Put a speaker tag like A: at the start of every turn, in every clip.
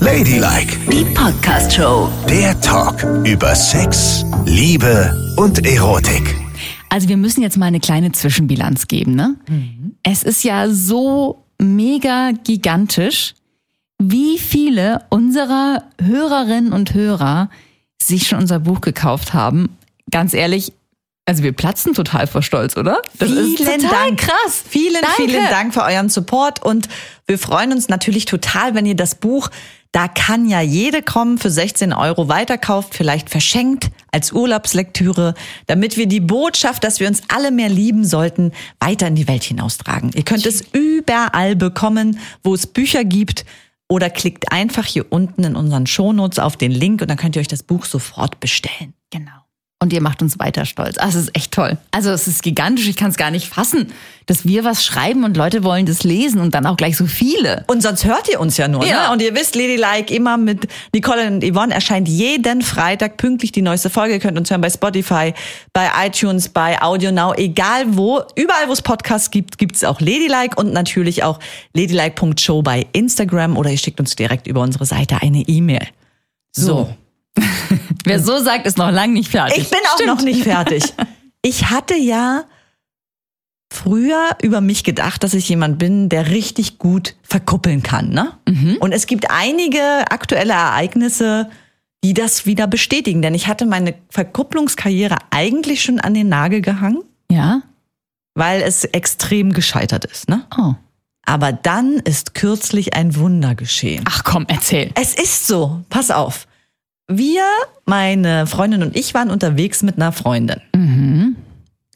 A: Ladylike,
B: Die Podcast Show.
A: der Talk über Sex, Liebe und Erotik.
C: Also wir müssen jetzt mal eine kleine Zwischenbilanz geben. Ne?
D: Mhm.
C: Es ist ja so mega gigantisch, wie viele unserer Hörerinnen und Hörer sich schon unser Buch gekauft haben. Ganz ehrlich, also wir platzen total vor Stolz, oder? Das ist
D: Vielen
C: total
D: Dank.
C: krass.
D: Vielen,
C: Danke.
D: vielen Dank für euren Support und wir freuen uns natürlich total, wenn ihr das Buch Da kann ja jede kommen für 16 Euro weiterkauft, vielleicht verschenkt als Urlaubslektüre, damit wir die Botschaft, dass wir uns alle mehr lieben sollten, weiter in die Welt hinaustragen. Ihr könnt es überall bekommen, wo es Bücher gibt oder klickt einfach hier unten in unseren Shownotes auf den Link und dann könnt ihr euch das Buch sofort bestellen.
C: Genau. Und ihr macht uns weiter stolz. Ah, es ist echt toll. Also es ist gigantisch, ich kann es gar nicht fassen, dass wir was schreiben und Leute wollen das lesen und dann auch gleich so viele.
D: Und sonst hört ihr uns ja nur.
C: Ja.
D: Ne? Und ihr wisst, Ladylike immer mit Nicole und Yvonne erscheint jeden Freitag pünktlich die neueste Folge. Ihr könnt uns hören bei Spotify, bei iTunes, bei Audio Now, egal wo. Überall, wo es Podcasts gibt, gibt's auch Ladylike und natürlich auch ladylike.show bei Instagram oder ihr schickt uns direkt über unsere Seite eine E-Mail.
C: So. Wer so sagt, ist noch lang nicht fertig.
D: Ich bin auch noch nicht fertig. Ich hatte ja früher über mich gedacht, dass ich jemand bin, der richtig gut verkuppeln kann. Ne? Und es gibt einige aktuelle Ereignisse, die das wieder bestätigen. Denn ich hatte meine Verkupplungskarriere eigentlich schon an den Nagel gehangen,
C: Ja?
D: weil es extrem gescheitert ist. Ne?
C: Oh.
D: Aber dann ist kürzlich ein Wunder geschehen.
C: Ach komm, erzähl.
D: Es ist so, pass auf. Wir, meine Freundin und ich, waren unterwegs mit einer Freundin.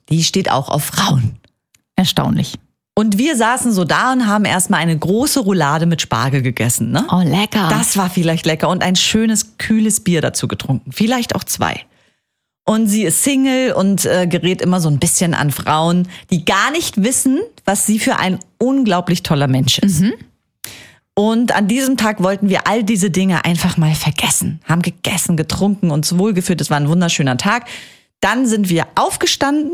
D: Die steht auch auf Frauen.
C: Erstaunlich.
D: Und wir saßen so da und haben erstmal eine große Roulade mit Spargel gegessen. Ne?
C: Oh, lecker.
D: Das war vielleicht lecker und ein schönes, kühles Bier dazu getrunken. Vielleicht auch zwei. Und sie ist Single und äh, gerät immer so ein bisschen an Frauen, die gar nicht wissen, was sie für ein unglaublich toller Mensch ist. Und an diesem Tag wollten wir all diese Dinge einfach mal vergessen. Haben gegessen, getrunken, uns wohlgefühlt. Es war ein wunderschöner Tag. Dann sind wir aufgestanden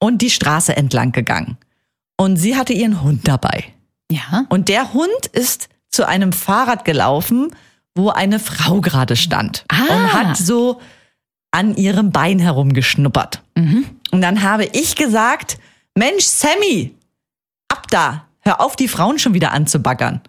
D: und die Straße entlang gegangen. Und sie hatte ihren Hund dabei.
C: ja.
D: Ne? Und der Hund ist zu einem Fahrrad gelaufen, wo eine Frau gerade stand
C: Ah.
D: und hat so an ihrem Bein herumgeschnuppert. Und dann habe ich gesagt, Mensch, Sammy, ab da, hör auf, die Frauen schon wieder anzubaggern.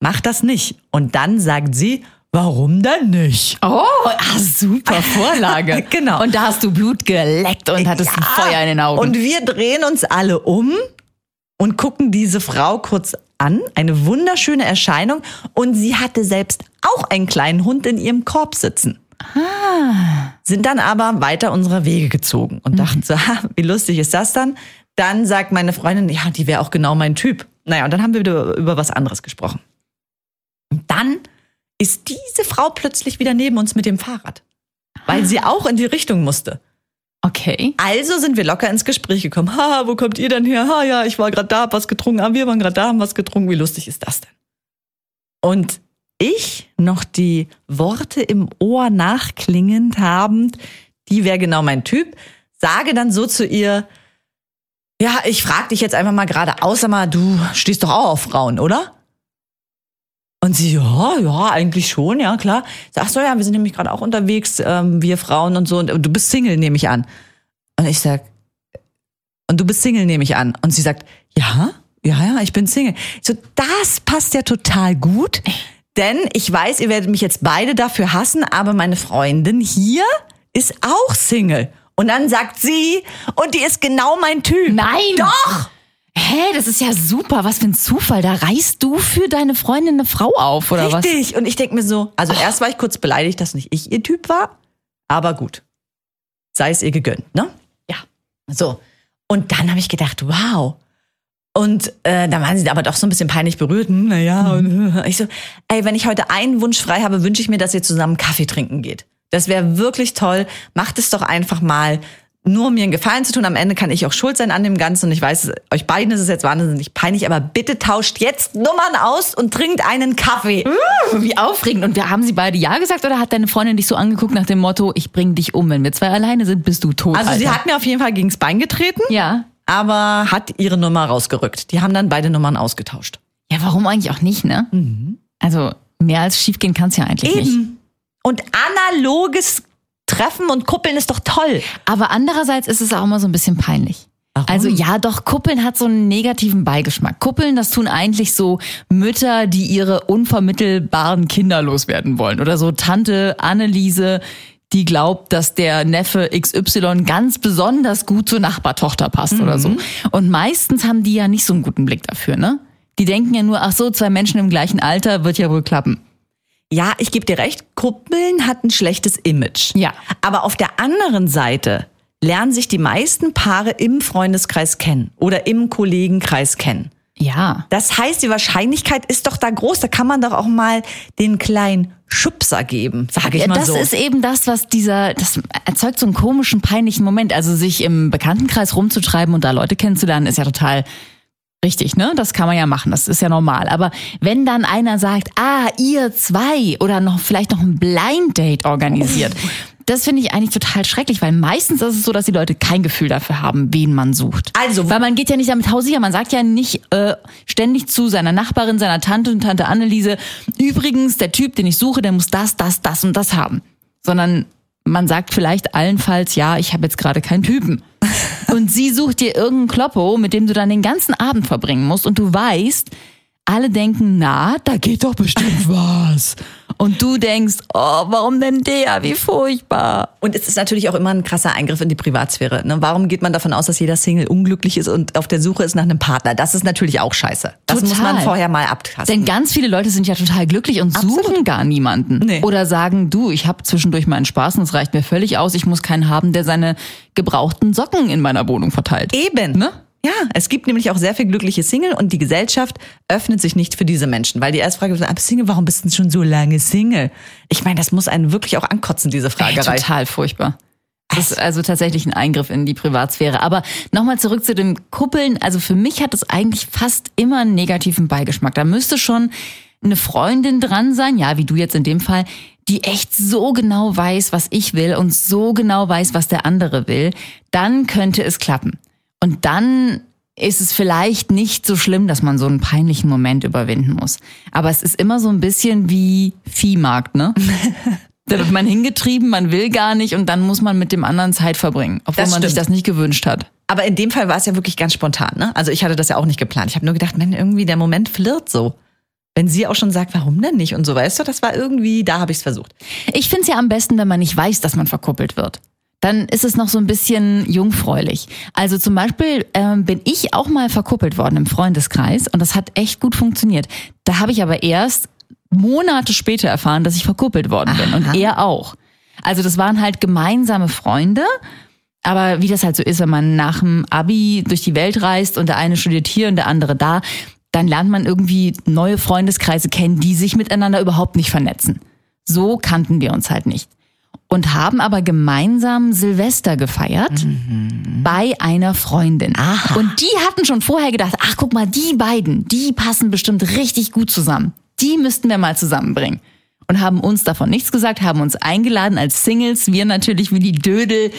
D: Mach das nicht. Und dann sagt sie, warum denn nicht?
C: Oh, ah, super Vorlage.
D: Genau.
C: Und da hast du Blut geleckt und hattest ein Feuer in den Augen.
D: Und wir drehen uns alle um und gucken diese Frau kurz an. Eine wunderschöne Erscheinung. Und sie hatte selbst auch einen kleinen Hund in ihrem Korb sitzen.
C: Ah.
D: Sind dann aber weiter unserer Wege gezogen
C: Mhm.
D: und dachten so, ha, wie lustig ist das dann? Dann sagt meine Freundin, ja, die wäre auch genau mein Typ. Naja, und dann haben wir wieder über was anderes gesprochen. Und dann ist diese Frau plötzlich wieder neben uns mit dem Fahrrad, weil
C: Ah.
D: sie auch in die Richtung musste.
C: okay.
D: Also sind wir locker ins Gespräch gekommen. Haha, wo kommt ihr denn her? Ha, ja, ich war gerade da, hab was getrunken. Ah, wir waren gerade da, haben was getrunken. Wie lustig ist das denn? Und ich noch die Worte im Ohr nachklingend habend, die wäre genau mein Typ, sage dann so zu ihr, ja, ich frag dich jetzt einfach mal gerade aus, sag mal, du stehst doch auch auf Frauen, oder? Und sie, ja, ja, eigentlich schon, ja, klar. Ich sag, Ach so, ja, wir sind nämlich gerade auch unterwegs, ähm, wir Frauen und so. Und du bist Single, nehme ich an. Und ich sag, und du bist Single, nehme ich an. Und sie sagt, ja, ja, ja, ich bin Single. Ich so, das passt ja total gut, denn ich weiß, ihr werdet mich jetzt beide dafür hassen, aber meine Freundin hier ist auch Single. Und dann sagt sie, und die ist genau mein Typ.
C: Nein.
D: Doch!
C: Hä, das ist ja super. Was für ein Zufall. Da reißt du für deine Freundin eine Frau auf, oder was?
D: Richtig. Und ich denk mir so, also erst war ich kurz beleidigt, dass nicht ich ihr Typ war, aber gut. Sei es ihr gegönnt, ne? Ja. So. Und dann habe ich gedacht, wow. Und äh, dann waren sie aber doch so ein bisschen peinlich berührt. Hm, naja,
C: Mhm.
D: und ich so, ey, wenn ich heute einen Wunsch frei habe, wünsche ich mir, dass ihr zusammen Kaffee trinken geht. Das wäre wirklich toll. Macht es doch einfach mal, nur um mir einen Gefallen zu tun. Am Ende kann ich auch schuld sein an dem Ganzen. Und ich weiß, euch beiden ist es jetzt wahnsinnig peinlich, aber bitte tauscht jetzt Nummern aus und trinkt einen Kaffee.
C: Wie aufregend. Und wir haben sie beide Ja gesagt oder hat deine Freundin dich so angeguckt nach dem Motto, ich bring dich um, wenn wir zwei alleine sind, bist du tot.
D: Also sie
C: Alter.
D: hat mir auf jeden Fall gegens Bein getreten,
C: Ja.
D: aber hat ihre Nummer rausgerückt. Die haben dann beide Nummern ausgetauscht.
C: Ja, warum eigentlich auch nicht, ne? Also, Mehr als schiefgehen kann es ja eigentlich nicht.
D: Mhm. Eben. Und analoges Treffen und Kuppeln ist doch toll.
C: Aber andererseits ist es auch immer so ein bisschen peinlich.
D: Warum?
C: Also ja, doch, Kuppeln hat so einen negativen Beigeschmack. Kuppeln, das tun eigentlich so Mütter, die ihre unvermittelbaren Kinder loswerden wollen. Oder so Tante Anneliese, die glaubt, dass der Neffe XY ganz besonders gut zur Nachbartochter passt oder
D: Mhm.
C: so. Und meistens haben die ja nicht so einen guten Blick dafür, ne? Die denken ja nur, ach so, zwei Menschen im gleichen Alter wird ja wohl klappen.
D: Ja, ich gebe dir recht, Kuppeln hat ein schlechtes Image.
C: Ja.
D: Aber auf der anderen Seite lernen sich die meisten Paare im Freundeskreis kennen oder im Kollegenkreis kennen.
C: Ja.
D: Das heißt, die Wahrscheinlichkeit ist doch da groß. Da kann man doch auch mal den kleinen Schubser geben, sage ich
C: Ja,
D: mal
C: das
D: so.
C: ist eben das, was dieser, das erzeugt so einen komischen, peinlichen Moment. Also sich im Bekanntenkreis rumzutreiben und da Leute kennenzulernen, ist ja total richtig, ne? Das kann man ja machen, das ist ja normal. Aber wenn dann einer sagt, ah, ihr zwei oder noch vielleicht noch ein Blind Date organisiert, das finde ich eigentlich total schrecklich, weil meistens ist es so, dass die Leute kein Gefühl dafür haben, wen man sucht.
D: Also-
C: weil man geht ja nicht damit hausieren, man sagt ja nicht äh, ständig zu seiner Nachbarin, seiner Tante und Tante Anneliese, übrigens, der Typ, den ich suche, der muss das, das, das und das haben. Sondern man sagt vielleicht allenfalls, ja, ich habe jetzt gerade keinen Typen. Und sie sucht dir irgendeinen Kloppo, mit dem du dann den ganzen Abend verbringen musst und du weißt, alle denken, na, da geht doch bestimmt was. Und du denkst, oh, warum denn der? Wie furchtbar.
D: und es ist natürlich auch immer ein krasser Eingriff in die Privatsphäre. Ne? Warum geht man davon aus, dass jeder Single unglücklich ist und auf der Suche ist nach einem Partner? Das ist natürlich auch scheiße. Das muss
C: Total.
D: man vorher mal abtasten.
C: Denn ganz viele Leute sind ja total glücklich und suchen gar niemanden.
D: Nee.
C: Oder sagen, du, ich habe zwischendurch meinen Spaß und es reicht mir völlig aus. Ich muss keinen haben, der seine gebrauchten Socken in meiner Wohnung verteilt.
D: Eben.
C: Ne?
D: Ja, es gibt nämlich auch sehr viel glückliche Single und die Gesellschaft öffnet sich nicht für diese Menschen, weil die erste Frage ist, "Ah, Single, warum bist du denn schon so lange Single? Ich meine, das muss einen wirklich auch ankotzen, diese Frage.
C: Ey,
D: Ralf.
C: total furchtbar. Das ist also tatsächlich ein Eingriff in die Privatsphäre. Aber nochmal zurück zu dem Kuppeln. Also für mich hat es eigentlich fast immer einen negativen Beigeschmack. Da müsste schon eine Freundin dran sein, ja, wie du jetzt in dem Fall, die echt so genau weiß, was ich will und so genau weiß, was der andere will. Dann könnte es klappen. Und dann ist es vielleicht nicht so schlimm, dass man so einen peinlichen Moment überwinden muss. Aber es ist immer so ein bisschen wie Viehmarkt, ne? Da wird man hingetrieben, man will gar nicht und dann muss man mit dem anderen Zeit verbringen, obwohl
D: Das
C: man sich
D: stimmt.
C: das nicht gewünscht hat.
D: Aber in dem Fall war es ja wirklich ganz spontan. Ne? Also ich hatte das ja auch nicht geplant. Ich habe nur gedacht, man, irgendwie der Moment flirt so. Wenn sie auch schon sagt, warum denn nicht und so, weißt du, das war irgendwie, da habe ich es versucht.
C: Ich finde es ja am besten, wenn man nicht weiß, dass man verkuppelt wird. Dann ist es noch so ein bisschen jungfräulich. Also zum Beispiel ähm, bin ich auch mal verkuppelt worden im Freundeskreis und das hat echt gut funktioniert. Da habe ich aber erst Monate später erfahren, dass ich verkuppelt worden bin und er auch. Also das waren halt gemeinsame Freunde. Aber wie das halt so ist, wenn man nach dem Abi durch die Welt reist und der eine studiert hier und der andere da, dann lernt man irgendwie neue Freundeskreise kennen, die sich miteinander überhaupt nicht vernetzen. So kannten wir uns halt nicht. Und haben aber gemeinsam Silvester gefeiert bei einer Freundin. Und die hatten schon vorher gedacht, ach guck mal, die beiden, die passen bestimmt richtig gut zusammen. Die müssten wir mal zusammenbringen. Und haben uns davon nichts gesagt, haben uns eingeladen als Singles. Wir natürlich wie die Dödel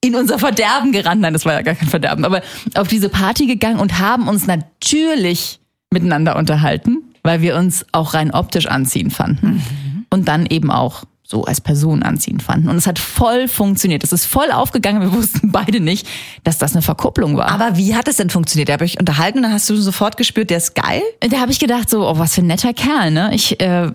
C: in unser Verderben gerannt. Nein, das war ja gar kein Verderben. Aber auf diese Party gegangen und haben uns natürlich miteinander unterhalten, weil wir uns auch rein optisch anziehen fanden. Und dann eben auch so als Person anziehen fanden. Und es hat voll funktioniert. Es ist voll aufgegangen. Wir wussten beide nicht, dass das eine Verkupplung war.
D: Aber wie hat es denn funktioniert? Da habe ich unterhalten und dann hast du sofort gespürt, der ist geil.
C: da habe ich gedacht, so, oh, was für ein netter Kerl, ne? Ich, äh,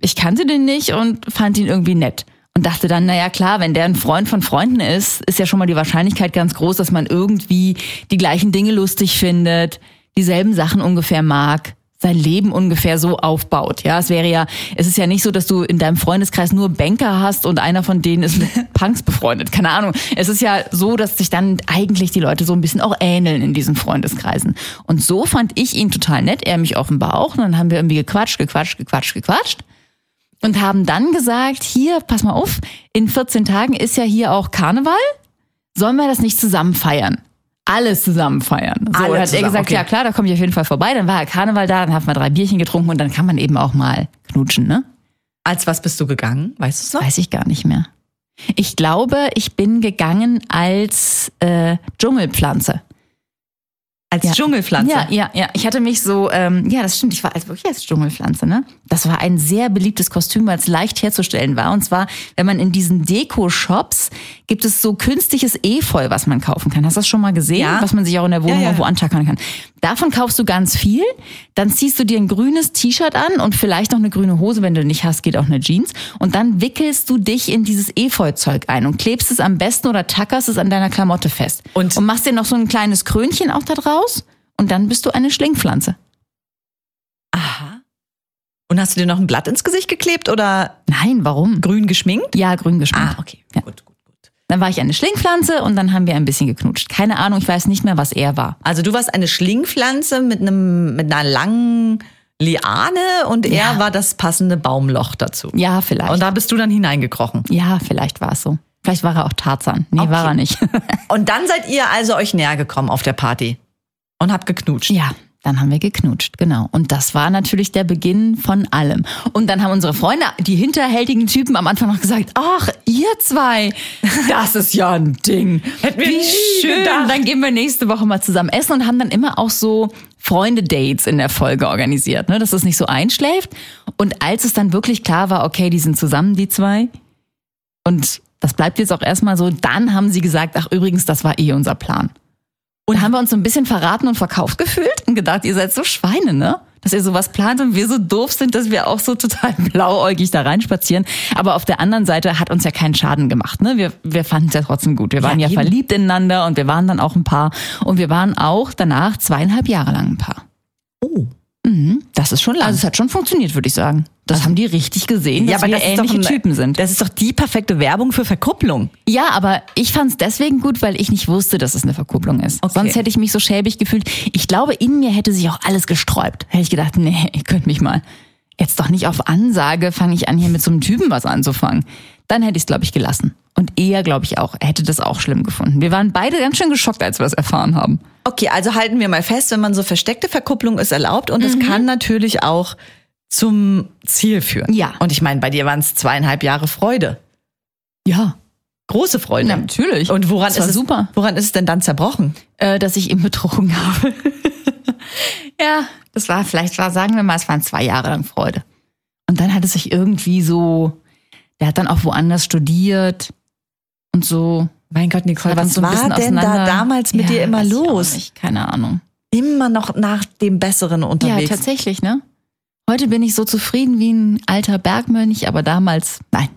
C: ich kannte den nicht und fand ihn irgendwie nett. Und dachte dann, naja, klar, wenn der ein Freund von Freunden ist, ist ja schon mal die Wahrscheinlichkeit ganz groß, dass man irgendwie die gleichen Dinge lustig findet, dieselben Sachen ungefähr mag, sein Leben ungefähr so aufbaut. Ja, es wäre ja, es ist ja nicht so, dass du in deinem Freundeskreis nur Banker hast und einer von denen ist mit Punks befreundet. Keine Ahnung. Es ist ja so, dass sich dann eigentlich die Leute so ein bisschen auch ähneln in diesen Freundeskreisen. Und so fand ich ihn total nett, er mich offenbar auch. Und dann haben wir irgendwie gequatscht, gequatscht, gequatscht, gequatscht. Und haben dann gesagt, hier, pass mal auf, in 14 Tagen ist ja hier auch Karneval. Sollen wir das nicht zusammen feiern? Alles zusammen feiern. So,
D: Alle
C: dann hat
D: zusammen,
C: er gesagt,
D: okay.
C: ja klar, da komme ich auf jeden Fall vorbei. Dann war ja Karneval da, dann haben wir drei Bierchen getrunken und dann kann man eben auch mal knutschen, ne?
D: Als was bist du gegangen? Weißt du es noch?
C: Weiß ich gar nicht mehr. Ich glaube, ich bin gegangen als äh, Dschungelpflanze.
D: Als Dschungelpflanze.
C: Ja, ja, ja. Ich hatte mich so, ähm, ja, das stimmt. Ich war als wirklich als Dschungelpflanze, ne? Das war ein sehr beliebtes Kostüm, weil es leicht herzustellen war. Und zwar, wenn man in diesen Deko-Shops gibt es so künstliches Efeu, was man kaufen kann. Hast du das schon mal gesehen?
D: Ja.
C: Was man sich auch in der Wohnung
D: Ja, ja.
C: irgendwo antackern kann. Davon kaufst du ganz viel. Dann ziehst du dir ein grünes T-Shirt an und vielleicht noch eine grüne Hose, wenn du nicht hast, geht auch eine Jeans. Und dann wickelst du dich in dieses Efeu-Zeug ein und klebst es am besten oder tackerst es an deiner Klamotte fest.
D: Und-
C: und machst dir noch so ein kleines Krönchen auch da draus. Und dann bist du eine Schlingpflanze.
D: Aha. Und hast du dir noch ein Blatt ins Gesicht geklebt oder
C: Nein, warum?
D: grün geschminkt?
C: Ja, grün geschminkt.
D: Ah, okay.
C: Ja.
D: Gut, gut, gut.
C: Dann war ich eine Schlingpflanze und dann haben wir ein bisschen geknutscht. Keine Ahnung, ich weiß nicht mehr, was er war.
D: Also du warst eine Schlingpflanze mit einem mit einer langen Liane und er
C: Ja.
D: war das passende Baumloch dazu.
C: Ja, vielleicht.
D: Und da bist du dann hineingekrochen.
C: ja, vielleicht war es so. Vielleicht war er auch Tarzan. Nee,
D: Okay.
C: war er nicht.
D: Und dann seid ihr also euch näher gekommen auf der Party und habt geknutscht.
C: Ja, dann haben wir geknutscht, genau. Und das war natürlich der Beginn von allem. Und dann haben unsere Freunde, die hinterhältigen Typen, am Anfang noch gesagt, ach, ihr zwei, das ist ja ein Ding.
D: Hätten wir
C: Wie
D: nie
C: schön.
D: gedacht.
C: Dann gehen wir nächste Woche mal zusammen essen und haben dann immer auch so Freunde-Dates in der Folge organisiert, ne? dass es nicht so einschläft. Und als es dann wirklich klar war, okay, die sind zusammen, die zwei, und das bleibt jetzt auch erstmal so, dann haben sie gesagt, ach übrigens, das war eh unser Plan. Und haben wir uns so ein bisschen verraten und verkauft gefühlt und gedacht, ihr seid so Schweine, ne? Dass ihr sowas plant und wir so doof sind, dass wir auch so total blauäugig da reinspazieren. Aber auf der anderen Seite hat uns ja keinen Schaden gemacht, ne? Wir, wir fanden es ja trotzdem gut. Wir waren ja,
D: eben.
C: verliebt ineinander und wir waren dann auch ein Paar. Und wir waren auch danach zweieinhalb Jahre lang ein Paar.
D: Oh.
C: Mhm. Das ist schon lang. Also es hat schon funktioniert, würde ich sagen. Das haben die richtig gesehen, dass wir ähnliche
D: ein-
C: Typen sind.
D: Das ist doch die perfekte Werbung für Verkupplung.
C: Ja, aber ich fand's deswegen gut, weil ich nicht wusste, dass es eine Verkupplung ist.
D: Okay.
C: Sonst hätte ich mich so schäbig gefühlt. Ich glaube, in mir hätte sich auch alles gesträubt. Hätte ich gedacht, nee, ihr könnt mich mal. Jetzt doch nicht auf Ansage fange ich an, hier mit so einem Typen was anzufangen. Dann hätte ich's, glaub glaube ich, gelassen. Und er, glaube ich, auch. Er hätte das auch schlimm gefunden. Wir waren beide ganz schön geschockt, als wir das erfahren haben.
D: Okay, also halten wir mal fest, wenn man so versteckte Verkupplung ist erlaubt und
C: Mhm.
D: es kann natürlich auch zum Ziel führen.
C: Ja.
D: Und ich meine, bei dir waren es zweieinhalb Jahre Freude.
C: Ja,
D: Große Freude.
C: natürlich.
D: Und woran
C: Das
D: ist
C: war
D: es,
C: super.
D: Woran ist es denn dann zerbrochen?
C: äh, dass ich ihn betrogen habe. ja, das war vielleicht war, sagen wir mal, es waren zwei Jahre lang Freude. Und dann hat es sich irgendwie so, der hat dann auch woanders studiert und so.
D: Mein Gott, Nicole,
C: Hat uns
D: was
C: so ein bisschen
D: war denn da
C: auseinander-
D: damals mit
C: Ja,
D: dir immer
C: weiß ich auch
D: los?
C: Nicht, keine Ahnung.
D: Immer noch nach dem Besseren
C: Ja,
D: unterwegs.
C: tatsächlich, ne? Heute bin ich so zufrieden wie ein alter Bergmönch, aber damals, nein.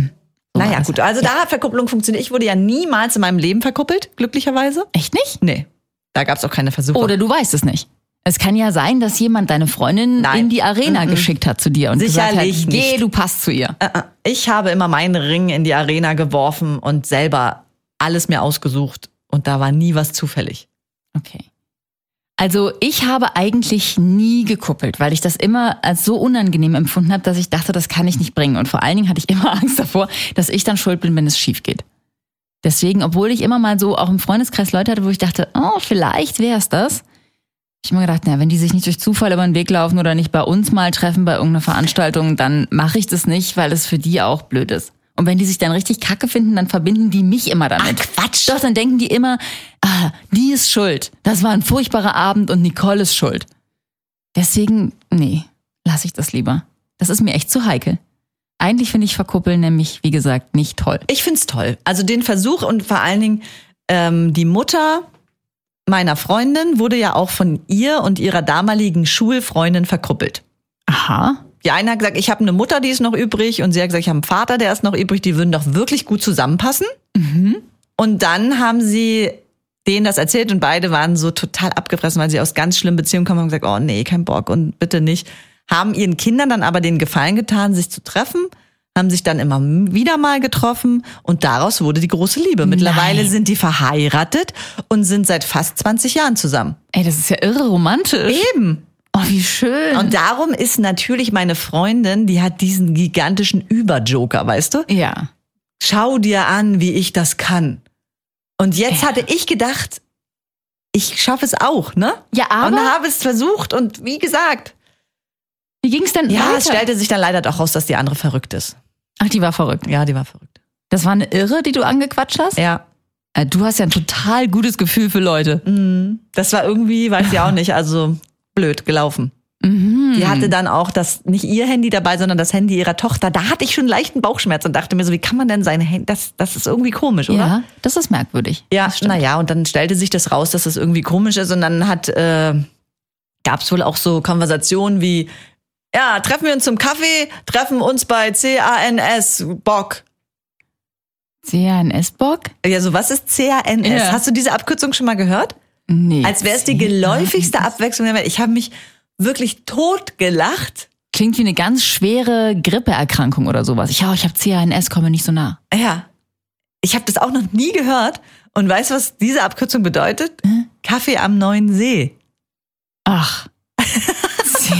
C: Hm. So war
D: naja,
C: das
D: gut.
C: halt.
D: Also da hat Verkupplung funktioniert. Ich wurde ja niemals in meinem Leben verkuppelt, glücklicherweise.
C: Echt nicht?
D: Nee, da gab es auch keine Versuche.
C: Oder du weißt es nicht. Es kann ja sein, dass jemand deine Freundin
D: Nein. Mhm.
C: in die Arena geschickt hat zu dir und
D: Sicherlich
C: gesagt hat, geh,
D: nicht.
C: du passt zu ihr.
D: Äh, äh, Ich habe immer meinen Ring in die Arena geworfen und selber alles mir ausgesucht. Und da war nie was zufällig.
C: Okay. Also ich habe eigentlich nie gekuppelt, weil ich das immer als so unangenehm empfunden habe, dass ich dachte, das kann ich nicht bringen. Und vor allen Dingen hatte ich immer Angst davor, dass ich dann schuld bin, wenn es schief geht. Deswegen, obwohl ich immer mal so auch im Freundeskreis Leute hatte, wo ich dachte, oh, vielleicht wäre es das. hab Ich habe mir gedacht, na, wenn die sich nicht durch Zufall über den Weg laufen oder nicht bei uns mal treffen bei irgendeiner Veranstaltung, dann mache ich das nicht, weil es für die auch blöd ist. Und wenn die sich dann richtig kacke finden, dann verbinden die mich immer damit.
D: Ach, Quatsch.
C: Doch, dann denken die immer, ah, die ist schuld. Das war ein furchtbarer Abend und Nicole ist schuld. Deswegen, nee, lasse ich das lieber. Das ist mir echt zu heikel. Eigentlich finde ich Verkuppeln nämlich, wie gesagt, nicht toll.
D: Ich find's toll. Also den Versuch und vor allen Dingen ähm, die Mutter meiner Freundin wurde ja auch von ihr und ihrer damaligen Schulfreundin verkuppelt.
C: Aha.
D: Die eine hat gesagt, ich habe eine Mutter, die ist noch übrig, und sie hat gesagt, ich habe einen Vater, der ist noch übrig, die würden doch wirklich gut zusammenpassen. Und dann haben sie denen das erzählt und beide waren so total abgefressen, weil sie aus ganz schlimmen Beziehungen kommen und haben gesagt, oh nee, kein Bock und bitte nicht. Haben ihren Kindern dann aber den Gefallen getan, sich zu treffen, haben sich dann immer wieder mal getroffen und daraus wurde die große Liebe. Mittlerweile
C: Nein.
D: sind die verheiratet und sind seit fast 20 Jahren zusammen.
C: Ey, das ist ja irre romantisch.
D: Eben.
C: Oh, wie schön.
D: Und darum ist natürlich meine Freundin, die hat diesen gigantischen Überjoker, weißt du?
C: ja.
D: Schau dir an, wie ich das kann. Und jetzt hatte ich gedacht, ich schaffe es auch, ne?
C: Ja,
D: und
C: aber
D: habe es versucht und wie gesagt,
C: wie ging's denn
D: ja,
C: weiter?
D: es stellte sich dann leider doch raus, dass die andere verrückt ist.
C: Ach, die war verrückt.
D: Ja, die war verrückt.
C: Das war eine Irre, die du angequatscht hast?
D: Ja.
C: Äh, Du hast ja ein total gutes Gefühl für Leute.
D: Mhm. Das war irgendwie, weiß ich auch nicht, also blöd gelaufen.
C: Mhm.
D: Die hatte dann auch das, nicht ihr Handy dabei, sondern das Handy ihrer Tochter. Da hatte ich schon leichten Bauchschmerz und dachte mir so, wie kann man denn sein Handy, das, das ist irgendwie komisch, oder?
C: Ja, das ist merkwürdig.
D: Ja, naja, und dann stellte sich das raus, dass das irgendwie komisch ist. Und dann hat äh, gab es wohl auch so Konversationen wie, ja, treffen wir uns zum Kaffee, treffen uns bei CANS, Bock.
C: CANS-Bock?
D: Ja, so was ist CANS?
C: Ja.
D: Hast du diese Abkürzung schon mal gehört?
C: Nee.
D: Als wäre es die
C: C A N S.
D: geläufigste Abwechslung der Welt. Ich habe mich wirklich tot gelacht.
C: Klingt wie eine ganz schwere Grippeerkrankung oder sowas. Ich, ja, ich habe CANS, komme nicht so nah.
D: Ja, ich habe das auch noch nie gehört. Und weißt du, was diese Abkürzung bedeutet?
C: Äh?
D: Kaffee am neuen See.
C: Ach. CANS.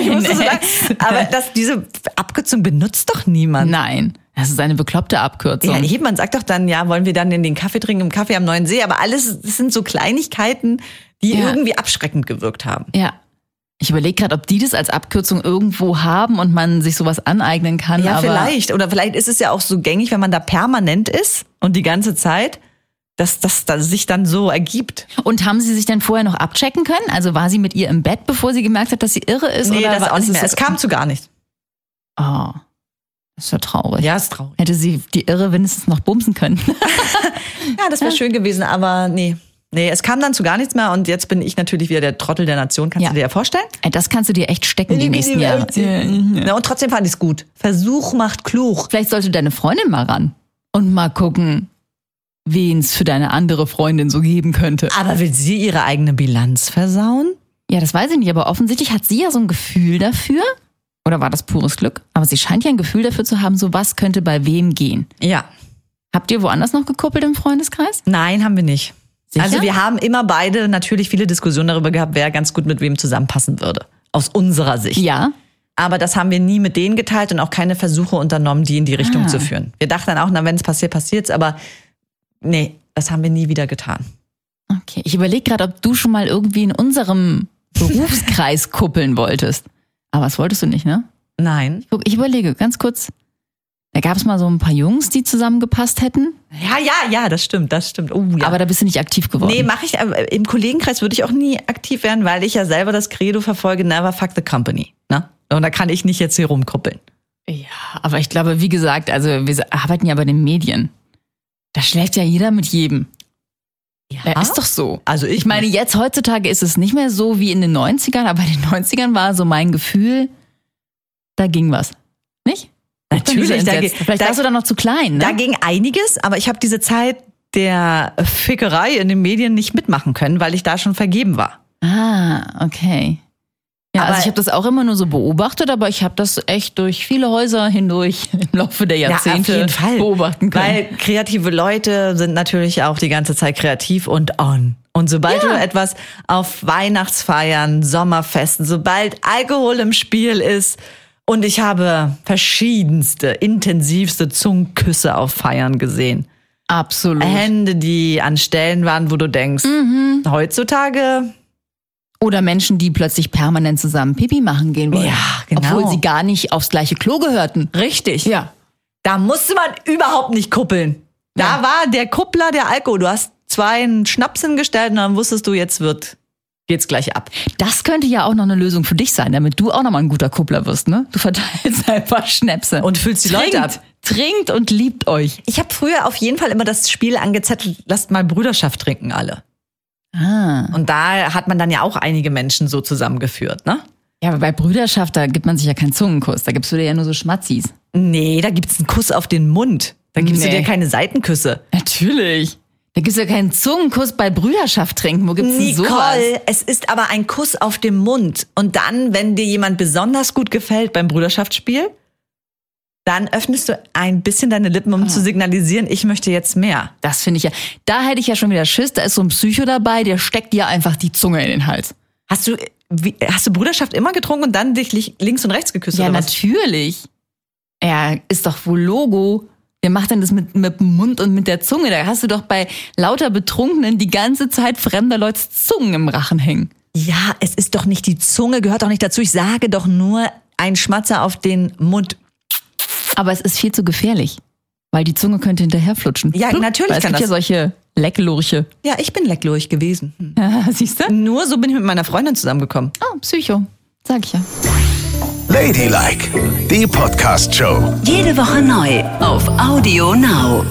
D: Ich musste so lachen. Aber das, diese Abkürzung benutzt doch niemand.
C: Nein, das ist eine bekloppte Abkürzung.
D: Ja, jemand sagt doch dann, ja, wollen wir dann in den Kaffee trinken, im Kaffee am Neuen See. Aber alles, das sind so Kleinigkeiten, die
C: Ja.
D: irgendwie abschreckend gewirkt haben.
C: Ja. Ich überlege gerade, ob die das als Abkürzung irgendwo haben und man sich sowas aneignen kann.
D: Ja,
C: aber
D: vielleicht. Oder vielleicht ist es ja auch so gängig, wenn man da permanent ist und die ganze Zeit, dass das dann sich dann so ergibt.
C: Und haben sie sich dann vorher noch abchecken können? Also war sie mit ihr im Bett, bevor sie gemerkt hat, dass sie irre ist? oder war- ist
D: Es kam zu gar nichts.
C: Oh, das ist ja traurig.
D: Ja, ist traurig.
C: Hätte sie die Irre wenigstens noch bumsen können.
D: Ja, das wäre schön gewesen, aber nee. Nee, es kam dann zu gar nichts mehr und jetzt bin ich natürlich wieder der Trottel der Nation. Kannst
C: Ja.
D: du dir ja vorstellen?
C: Ey, Das kannst du dir echt stecken die
D: Die
C: nächsten Jahre.
D: Welt. Na, und trotzdem fand ich es gut. Versuch macht klug.
C: Vielleicht sollte deine Freundin mal ran und mal gucken, wen es für deine andere Freundin so geben könnte.
D: Aber will sie ihre eigene Bilanz versauen?
C: Ja, das weiß ich nicht, aber offensichtlich hat sie ja so ein Gefühl dafür. Oder war das pures Glück? Aber sie scheint ja ein Gefühl dafür zu haben, so was könnte bei wem gehen.
D: Ja.
C: Habt ihr woanders noch gekuppelt im Freundeskreis?
D: Nein, haben wir nicht.
C: Sicher?
D: Also wir haben immer beide natürlich viele Diskussionen darüber gehabt, wer ganz gut mit wem zusammenpassen würde. Aus unserer Sicht.
C: Ja.
D: Aber das haben wir nie mit denen geteilt und auch keine Versuche unternommen, die in die Richtung
C: Ah.
D: zu führen. Wir dachten dann auch, na, wenn es passiert, passiert's, aber nee, das haben wir nie wieder getan.
C: Okay. Ich überlege gerade, ob du schon mal irgendwie in unserem Berufskreis kuppeln wolltest. Aber das wolltest du nicht, ne?
D: Nein.
C: Guck, ich überlege ganz kurz. Da gab es mal so ein paar Jungs, die zusammengepasst hätten,
D: Ja, ja, ja, das stimmt, das stimmt. Oh, ja.
C: aber da bist du nicht aktiv geworden.
D: nee, mache ich, aber im Kollegenkreis würde ich auch nie aktiv werden, weil ich ja selber das Credo verfolge, never fuck the company. Ne? Und da kann ich nicht jetzt hier rumkuppeln.
C: Ja, aber ich glaube, wie gesagt, also wir arbeiten ja bei den Medien. Da schläft ja jeder mit jedem. Ja, ist doch so.
D: Also ich
C: Ich meine, jetzt heutzutage ist es nicht mehr so wie in den 90ern, aber in den 90ern war so mein Gefühl, da ging was. Nicht? Ich bin
D: Natürlich,
C: wieder
D: da
C: entsetzt.
D: ge-
C: Vielleicht
D: da-
C: warst du dann noch zu klein,
D: Da
C: ne?
D: ging einiges, aber ich habe diese Zeit der Fickerei in den Medien nicht mitmachen können, weil ich da schon vergeben war.
C: Ah, okay. Ja,
D: Aber-
C: also ich habe das auch immer nur so beobachtet, aber ich habe das echt durch viele Häuser hindurch im Laufe der Jahrzehnte beobachten können.
D: Weil kreative Leute sind natürlich auch die ganze Zeit kreativ und on. Und sobald du etwas auf Weihnachtsfeiern, Sommerfesten, sobald Alkohol im Spiel ist, und ich habe verschiedenste, intensivste Zungenküsse auf Feiern gesehen.
C: Absolut.
D: Hände, die an Stellen waren, wo du denkst,
C: Mhm.
D: heutzutage
C: Oder Menschen, die plötzlich permanent zusammen Pipi machen gehen wollen.
D: Ja, genau.
C: Obwohl sie gar nicht aufs gleiche Klo gehörten.
D: Richtig.
C: Ja.
D: Da musste man überhaupt nicht kuppeln. Da war der Kuppler der Alkohol. Du hast zwei einen Schnaps hingestellt und dann wusstest du, jetzt wird, geht's gleich ab.
C: Das könnte ja auch noch eine Lösung für dich sein, damit du auch nochmal ein guter Kuppler wirst, ne? Du verteilst einfach Schnäpse.
D: Und füllst die
C: trinkt,
D: Leute ab.
C: Trinkt und liebt euch.
D: Ich habe früher auf jeden Fall immer das Spiel angezettelt, lasst mal Brüderschaft trinken alle.
C: Ah.
D: Und da hat man dann ja auch einige Menschen so zusammengeführt, ne?
C: Ja, aber bei Brüderschaft, da gibt man sich ja keinen Zungenkuss. Da gibst du dir ja nur so Schmatzis.
D: Nee, da gibt's einen Kuss auf den Mund. Da gibst du
C: Nee.
D: dir keine Seitenküsse.
C: Natürlich. Da gibt's ja keinen Zungenkuss bei Brüderschaft trinken. Wo gibt's denn sowas?
D: Nicole, es ist aber ein Kuss auf den Mund. Und dann, wenn dir jemand besonders gut gefällt beim Bruderschaftsspiel, dann öffnest du ein bisschen deine Lippen,
C: Ah.
D: um zu signalisieren, ich möchte jetzt mehr.
C: Das finde ich ja. Da hätte ich ja schon wieder Schiss. Da ist so ein Psycho dabei, der steckt dir einfach die Zunge in den Hals.
D: Hast du, wie, hast du Bruderschaft immer getrunken und dann dich li- links und rechts geküsst?
C: Ja,
D: oder was?
C: natürlich. Ja, ist doch wohl Logo. Wer macht denn das mit, mit dem Mund und mit der Zunge? Da hast du doch bei lauter Betrunkenen die ganze Zeit fremder Leute Zungen im Rachen hängen.
D: Ja, es ist doch nicht die Zunge, gehört doch nicht dazu. Ich sage doch nur ein Schmatzer auf den Mund.
C: Aber es ist viel zu gefährlich, weil die Zunge könnte hinterherflutschen. Hm?
D: Ja, natürlich
C: weil es
D: kann
C: gibt ja
D: das.
C: solche Lecklurche.
D: Ja, ich bin lecklurch gewesen. Hm.
C: Siehst du?
D: Nur so bin ich mit meiner Freundin zusammengekommen.
C: Oh, Psycho. Sag ich ja.
A: Ladylike, die Podcast-Show.
B: Jede Woche neu auf Audio Now.